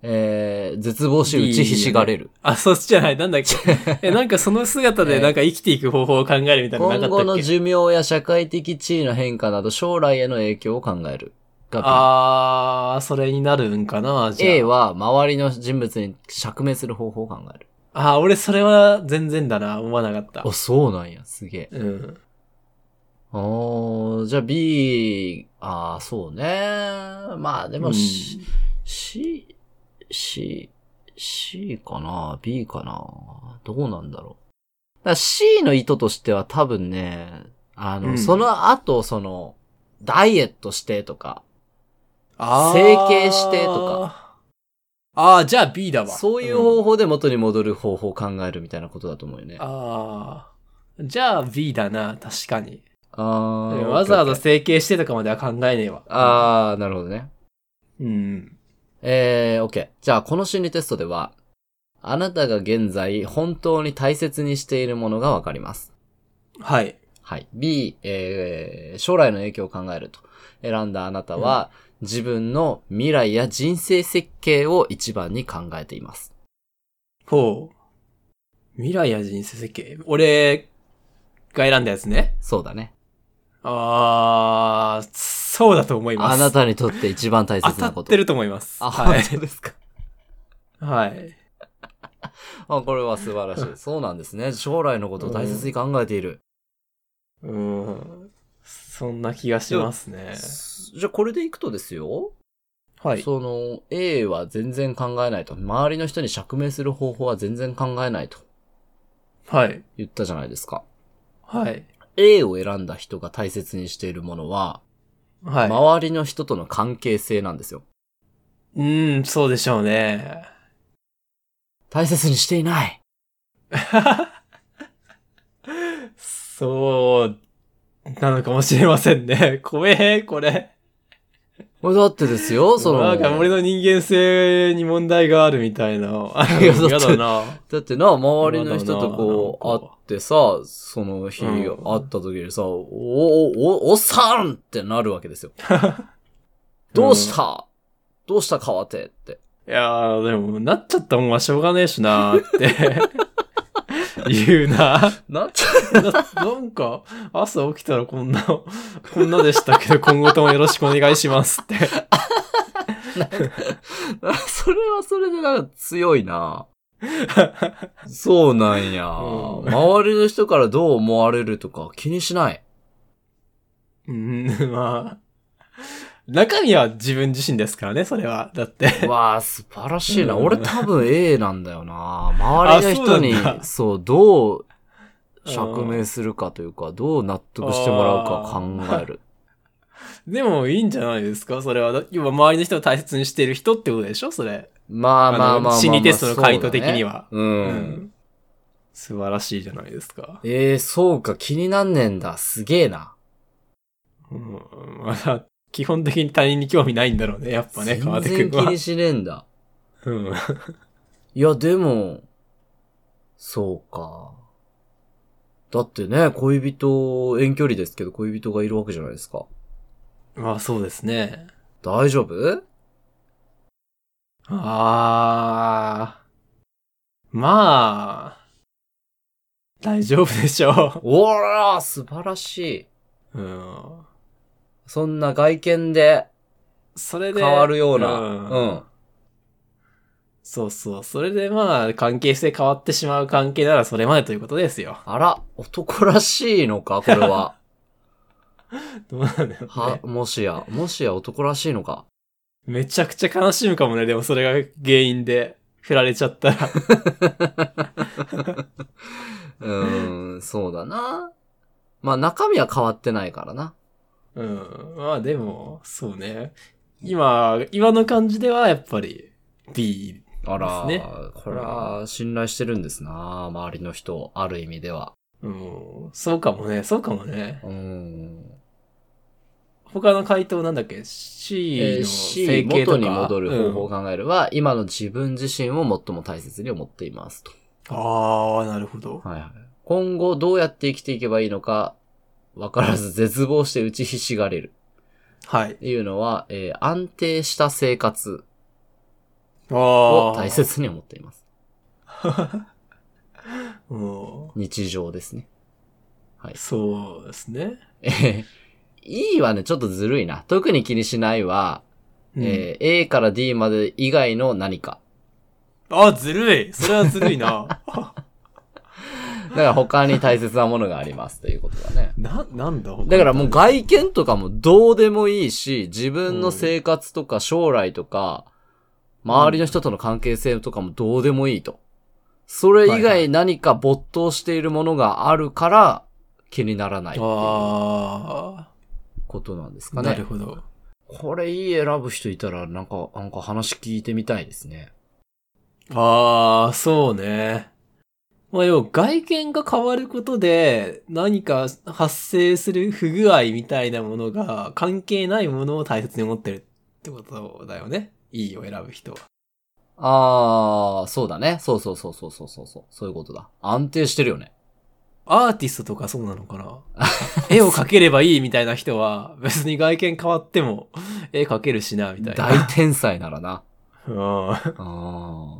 B: えー、絶望し打ちひしがれる。
A: あ、そっちじゃない、なんだっ け。え、なんかその姿でなんか生きていく方法を考えるみたいなのなか
B: 今
A: ったっけ
B: 後の寿命や社会的地位の変化など将来への影響を考える。が
A: あー、それになるんかな、じ
B: B
A: ゃあ。
B: A は周りの人物に釈明する方法を考える。
A: あー、俺それは全然だな、思わなかった
B: あ、。そうなんや。すげえ。
A: うん。
B: あーじゃあ B、ああ、そうね。まあでも、C、C、C、C かな ?B かなどうなんだろう。だから C の意図としては多分ね、あ
A: う
B: の、
A: ん
B: その後、その、ダイエットしてとか、
A: あー
B: 整形してとか。
A: ああ、じゃあ B だわ。
B: そういうん方法で元に戻る方法を考えるみたいなことだと思うよね。
A: ああ。じゃあ B だな、確かに。
B: あ
A: で
B: ー
A: もわざわざ
B: OK OK
A: 整形してとかまでは考えねえわ。
B: あー、なるほどね。
A: うん。
B: えー、OK。じゃあ、この心理テストでは、あなたが現在本当に大切にしているものがわかります。
A: はい。
B: はい。B、えー、将来の影響を考えると選んだあなたは、自分の未来や人生設計を一番に考えています。
A: ほう。未来や人生設計。俺が選んだやつね。
B: そうだね。
A: ああ、そうだと思います。
B: あなたにとって一番大切
A: 当
B: な
A: た
B: こ
A: っ
B: と
A: て。ると思います。
B: あ、
A: はい。
B: 本当ですか。
A: はい。
B: あ、これは素晴ら しい。そうなんですね。将来のことを大切に考えている。
A: うん。そんな気がしますね。
B: じゃあ、これでいくとですよ。
A: はい。
B: その、A は全然考えないと。周りの人に釈明する方法は全然考えないと
A: はい。
B: 言ったじゃないですか。
A: はい。
B: A を選んだ人が大切にしているものは、
A: はい。
B: 周りの人との関係性なんですよ。
A: うん、そうでしょうね。
B: 大切にしていない。
A: そう、なのかもしれませんね。 怖え、これ。
B: これだってですよ、その。
A: なんか俺の人間性に問題があるみた いな。
B: いやだって
A: 嫌だな。
B: だってな、周りの人とこ
A: なん
B: う
A: か
B: 会ってさ、その日会っ
A: うん
B: た時にさ、お、お、お、おっさんってなるわけです よ。どうした、どうした川手って。
A: いやー、でも、なっちゃったもんはしょうがねえしなーって。 言うな。
B: な、
A: ななんか、朝起きたらこんな、こんなでしたけど、今後ともよろしくお願いしますって。
B: それはそれでなんか強 いな。そうなんや、
A: うん
B: 周りの人からどう思われるとか気に しない。
A: うん、 まあ。中身は自分自身ですからね、それは。だって。
B: わあ、素晴らしいな。
A: うん
B: 俺多分 A なんだよな。周りの人に、
A: あそう
B: そ
A: なん
B: う
A: だ
B: どう 釈明するかというか、どう納得してもらうか考える。
A: でもいいんじゃないですかそれは。だ要は周りの人を大切にしている人ってことでしょそれ。
B: まあまあまあまあまあ
A: 心理テストの回答的に。は。
B: そうだねうん。
A: うん素晴らしいじゃないですか。
B: ええそうか、気になんねんだ。すげえな。
A: うん、まあ基本的に他人に興味ないんだろうね、やっぱね、川手
B: 全然
A: 君
B: 気
A: は
B: に。しねえんだ。
A: うん。
B: いや、でも、そうか。だってね、恋人、遠距離ですけど、恋人がいるわけじゃないですか。
A: まあそうですね。
B: 大丈夫
A: あー。まあ、大丈夫でしょ
B: おら素晴らしい。
A: う。うん。
B: そんな外見で
A: それで。
B: 変わるような。
A: ん
B: うん。
A: そうそう。それでまあ、関係性変わってしまう関係ならそれまでということですよ。
B: あら、男らしいのかこれは。
A: どうなんだろう
B: は
A: ね、。
B: もしや、もしや男らしいのか。
A: めちゃくちゃ悲しむかもね。でもそれが原因で、振られちゃった ら。
B: うーん、そうだな。まあ中身は変わってないからな。
A: うん。まあでも、そうね。今、今の感じではやっぱり B。
B: あら、
A: ですね
B: これは信頼してるんですな。周りの人を、ある意味では。
A: うん。そうかもね。そうかもね
B: う。ーん。
A: 他の回答なんだっけ ?C
B: えー
A: の
B: C、
A: 整形とか、
B: 元に戻る方法を
A: うん
B: 考えるは、今の自分自身を最も大切に思っていますと。
A: ああ、なるほど。
B: はいはい。今後どうやって生きていけばいいのか、わからず絶望して打ちひしがれる。
A: はい
B: っ。ていうのは、えー安定した生活
A: ああ。
B: を大。切に思っています。
A: うん。
B: 日常ですね。
A: そうですね。
B: えー E はね、ちょっとず るいな。特に気にしないは、
A: うん
B: えー A から D まで以外の何か。
A: あ、ずるい。それはずるいな。
B: だから他に大切なものがありますということだね。
A: な、なんだ
B: だからもう外見とかもどうでもいいし、自分の生活とか将来とか、周りの人との関係性とかもどうでもいいと。それ以外何か没頭しているものがあるから気にならないっていう
A: あ
B: ことなんです
A: あ、
B: か
A: な
B: ね
A: る。ほど。
B: これいい選ぶ人いたらなんか、なんか話聞いてみたいですね。
A: ああ、そうね。まあ、要は外見が変わることで何か発生する不具合みたいなものが関係ないものを大切に思ってるってことだよね。いいを選ぶ人は。
B: あー、そうだね。そうそうそうそうそうそうそう。そういうことだ。安定してるよね。
A: アーティストとかそうなのか な絵を描ければいいみたいな人は別に外見変わっても絵描けるしな、みたいな。
B: 大天才ならな。
A: うん。
B: あ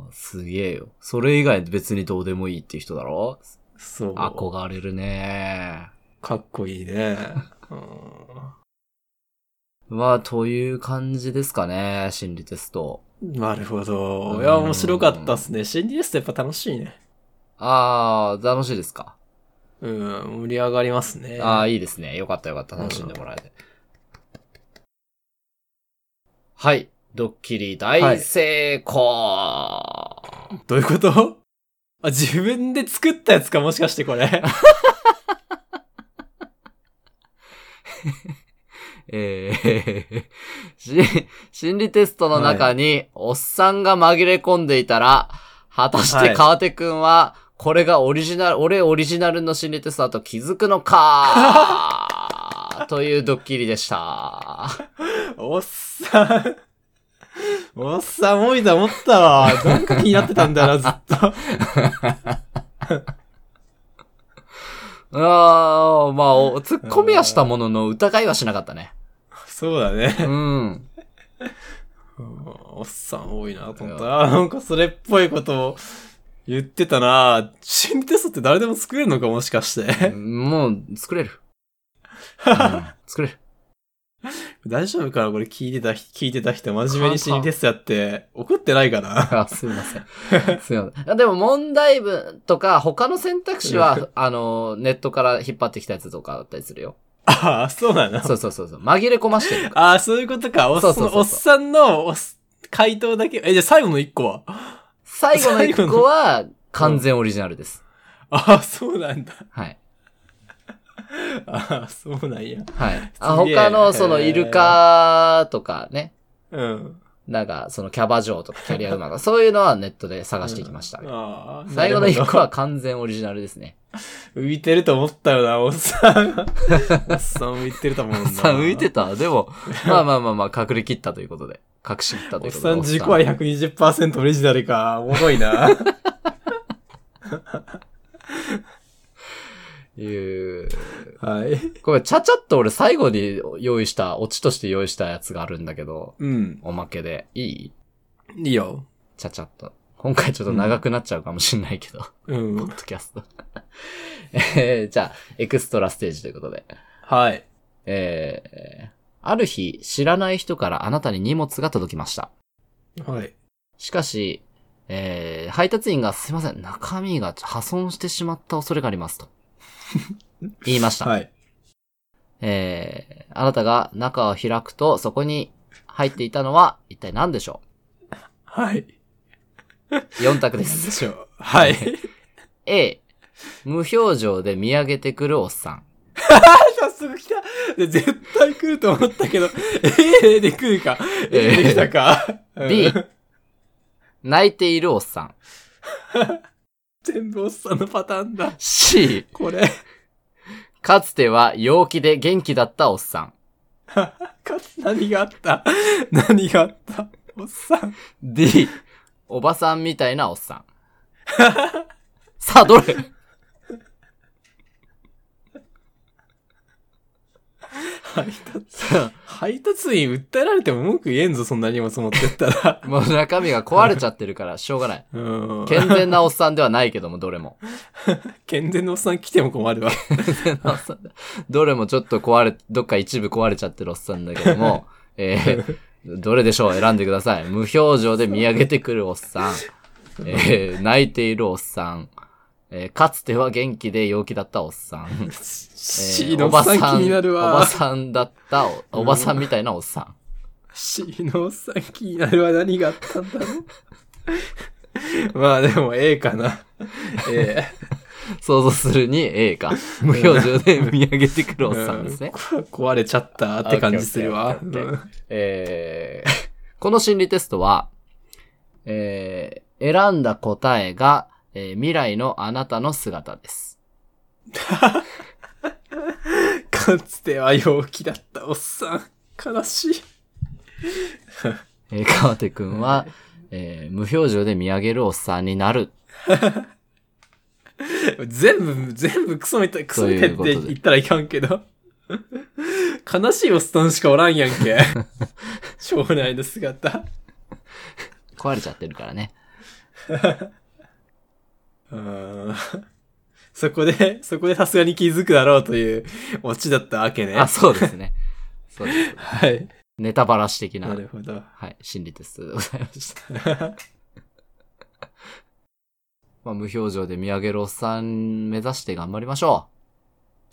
B: ー、すげえよ。それ以外別にどうでもいいっていう人だろ
A: そう。
B: 憧れるね
A: かっこいいね。うん
B: まあ、という感じですかね。心理テスト。
A: なるほど。
B: うん
A: いや、面白かったっすね。心理テストやっぱ楽しいね。
B: あー、楽しいですか
A: うん、盛り上がりますね。
B: ああ、いいですね。よかったよかった。楽しんでもらえて。はい。ドッキリ大成功、
A: どういうことあ、自分で作ったやつか、もしかしてこ れ。
B: えー し心理テストの中に、おっさんが紛れ込んでいたら、果たし
A: は
B: て
A: い
B: 川手くんは、これがオリジナル、俺オリジナルの心理テストだと気づくの かというドッキリでした。
A: おっさん。おっさん多いと思ったわ。なんか気になってたんだよな、ずっと。
B: ああ、まあ、お突っ込みはしたものの疑いはしなかったね。
A: そうだね。
B: うん。
A: うんおっさん多いなと思った。あ、なんかそれっぽいことを言ってたな。心理テストって誰でも作れるのか、もしかして。
B: もう、作れる。うん作れる。
A: 大丈夫かなこれ聞いてた、聞いてた人、真面目に心理テストやって、怒ってないかな
B: あすいません。すいません。あでも問題文とか、他の選択肢は、あの、ネットから引っ張ってきたやつとかだったりするよ。
A: ああ、そうなの
B: そうそうそうそう。紛れ込ましてるのか。
A: ああ、そういうことか。おっ
B: そうそうそうそう
A: おっさんのおっ回答だけ。え、じゃあ最後の一個は あ
B: 最後の一個は、完全オリジナルです。
A: あ、そうなんだ。
B: はい。
A: ああ、そうなんや。
B: はい。あ
A: すげえ
B: 他の、その、イルカとかね。
A: うん。
B: なんか、その、キャバ嬢とか、キャリアウーマンとか、そういうのはネットで探してきました。
A: ああ、
B: 最後の一個
A: なる
B: は完全オリジナルですね。
A: ほど。浮いてると思ったよな、おっさ ん。おっさん浮いてると思うんだ。
B: さあ、浮いて
A: た。
B: たでも、まあまあまあまあ、隠れ切ったということで。隠し切ったと
A: お
B: い
A: っ
B: うことで。
A: さん軸は120%オリジナルか。おもろい な。
B: いう。
A: はい。
B: これ、ちゃちゃっと俺最後に用意した、オチとして用意したやつがあるんだけど、
A: うん。
B: おまけで。いい
A: いいよ。
B: ちゃちゃっと。今回ちょっと長くなっちゃうかもしんないけど、
A: うん
B: ポ。ッドキャスト。 えー、じゃあ、エクストラステージということで。
A: はい。
B: えー、ある日、知らない人からあなたに荷物が届きました。
A: はい。
B: しかし、えー、配達員がすいません、中身が破損してしまった恐れがあります と。言いました。
A: はい。
B: えー、あなたが中を開くと、そこに入っていたのは一体何でしょ
A: はい。
B: う ?4 択で。
A: なんですしょう。はい。
B: A、無表情で見上げてくるおっさん。
A: 早速来たで絶対来ると思ったけど、 ええで来るか。ええで来たか。
B: B
A: うん
B: 泣いているおっさん。
A: 全部おっさんのパターンだ。
B: C、
A: これ。
B: かつては陽気で元気だったおっさん。
A: か何があった何があったおっさん。
B: D、おばさんみたいなお っさん。さあ、どれ
A: 配達、配達員訴えられても文句言えんぞ、そんな荷物持ってったら。
B: もう中身が壊れちゃってるから、しょうがない。
A: うん。
B: 健全なおっさんではないけども、どれも。
A: 健全のおっさん来ても困るわ。
B: どれもちょっと壊れ、どっか一部壊れちゃってるおっさんだけど も、えーどれでしょう選んでください。無表情で見上げてくるおっさん、えー泣いているおっさん、えーかつては元気で陽気だったおっさん。
A: C のおばさん気になる
B: おば
A: わ。
B: さんだったお、おばさんみたいなおっさん。
A: C のおっさん気になるわ。何があったんだろう。 まあでも A かな。A。
B: 想像するに A か。無表情で見上げてく るおっさんですね。
A: うん壊れちゃったって感じするわ。
B: オッケーオッケーオッケーオッえーこの心理テストは、えー選んだ答えが、えー未来のあなたの姿です。
A: うんかつては陽気だったおっさん。悲しい。
B: えー川手くんは、えー無表情で見上げるおっさんになる。
A: 全部、全部クソみたい、クソみたいって
B: ということで
A: 言ったらいかんけど。悲しいおっさんしかおらんやん け。将来の姿。
B: 壊れちゃってるからね。
A: うーんそこで、そこでさすがに気づくだろうというオチだったわけね。
B: あ、そうですね。そうです。
A: はい。
B: ネタバラシ的な
A: な、るほ ど。
B: はい、心理テスト でございました。まあ、無表情で見上げるおっさん目指して頑張りましょ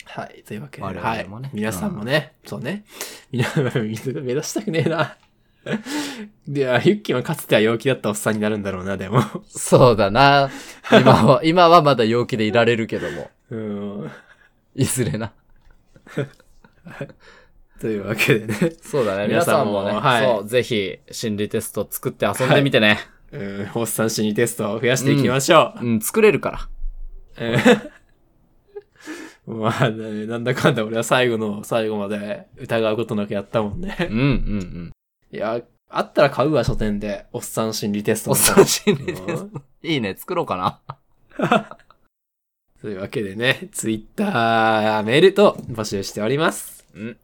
A: はい。というわけで、
B: 我々もね
A: はい、皆さんもね、そうね。みんな、 目指したくねえな。 で、あユッキーはかつては陽気だったおっさんになるんだろうな、でも。
B: う。そうだな。今は、今はまだ陽気でいられるけども。
A: うん。
B: いずれな。
A: というわけでね。
B: そうだね。皆
A: 皆
B: さ
A: さ
B: ん
A: ん
B: も
A: も
B: ね、
A: はい
B: そう、ぜひ、心理テスト作って遊んでみてね。
A: うん、おっさん心理テストを増やしていきましょう。
B: うん、作れるから。
A: うん、 まあ、ねなんだかんだ俺は最後の最後まで疑うことなくやったもんね
B: う。ん、うん、うん。
A: いや、あったら買うわ、書店で。おっさん心理テスト
B: おっ
A: の
B: さん心理テス
A: う
B: ト。
A: ん
B: いいね、作ろうかな。
A: というわけでね、ツイッター、メールと募集しております。
B: うん。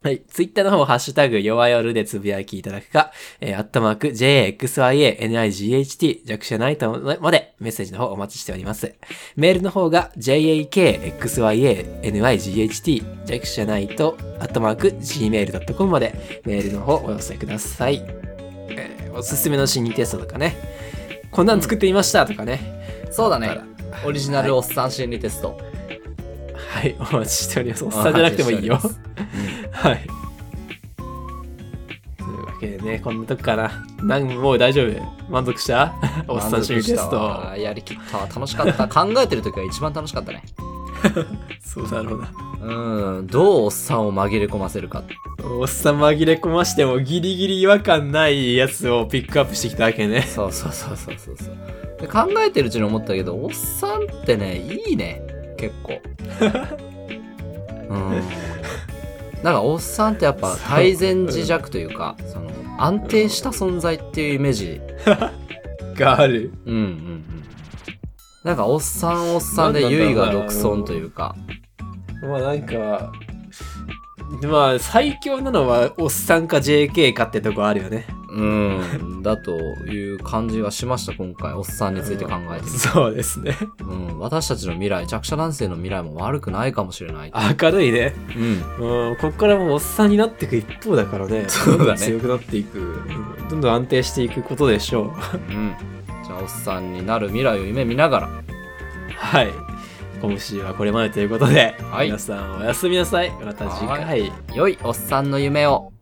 A: はい。ツイッターの方、ハッシュタグ、弱夜でつぶやきいただくか、えー、アットマーク、JXYANIGHT、弱者ナイトまでメッセージの方お待ちしております。メールの方が、JAKXYANIGHT、弱者ナイト、アットマーク、gmail.com までメールの方お寄せください。えーおすすめの心理テストとかね、こんなん作ってみましたとかね。
B: そうだ
A: あっ
B: ね
A: たら。
B: オリジナルおっさん心理テスト。
A: はい、お待ちしております。おっさんじゃなくてもいいよ
B: お。待ちしております。うん
A: はい。というわけでね、こんなとこかな。なんもう大丈夫満足したおっさん趣味テスト。
B: あーやりきったわ楽しかった考えてる時が一番楽しかったね
A: そうだろうな。
B: うんどうおっさんを紛れ込ませるか
A: おっさん紛れ込ましてもギリギリ違和感ないやつをピックアップしてきたわけね。
B: そうそうそうそうそうそうで考えてるうちに思ったけどおっさんってねいいね結構うんなんかおっさんってやっぱ
A: そう
B: 泰然自弱というかその安定した存在っていうイメージ
A: がある。
B: うんうんうんなんかおっさんおっさんで唯我独尊というか
A: まあなんか、まあ最強なのはおっさんか JK かってとこあるよね。
B: うん、だという感じがしました、今回。おっさんについて考えてみて
A: そうですね。
B: うん、私たちの未来、弱者男性の未来も悪くないかもしれない。
A: 明るいね。
B: うん。
A: うん、こっからもうおっさんになっていく一方だからね。
B: そ
A: ど
B: うだね
A: んどん強くなっていく。うんどんどん安定していくことでしょう。
B: うん。じゃあ、おっさんになる未来を夢見ながら。
A: はい。今週はこれまでということで、
B: はい
A: 皆さんおやすみなさい。また次
B: は
A: 回。
B: 良いおっさんの夢を。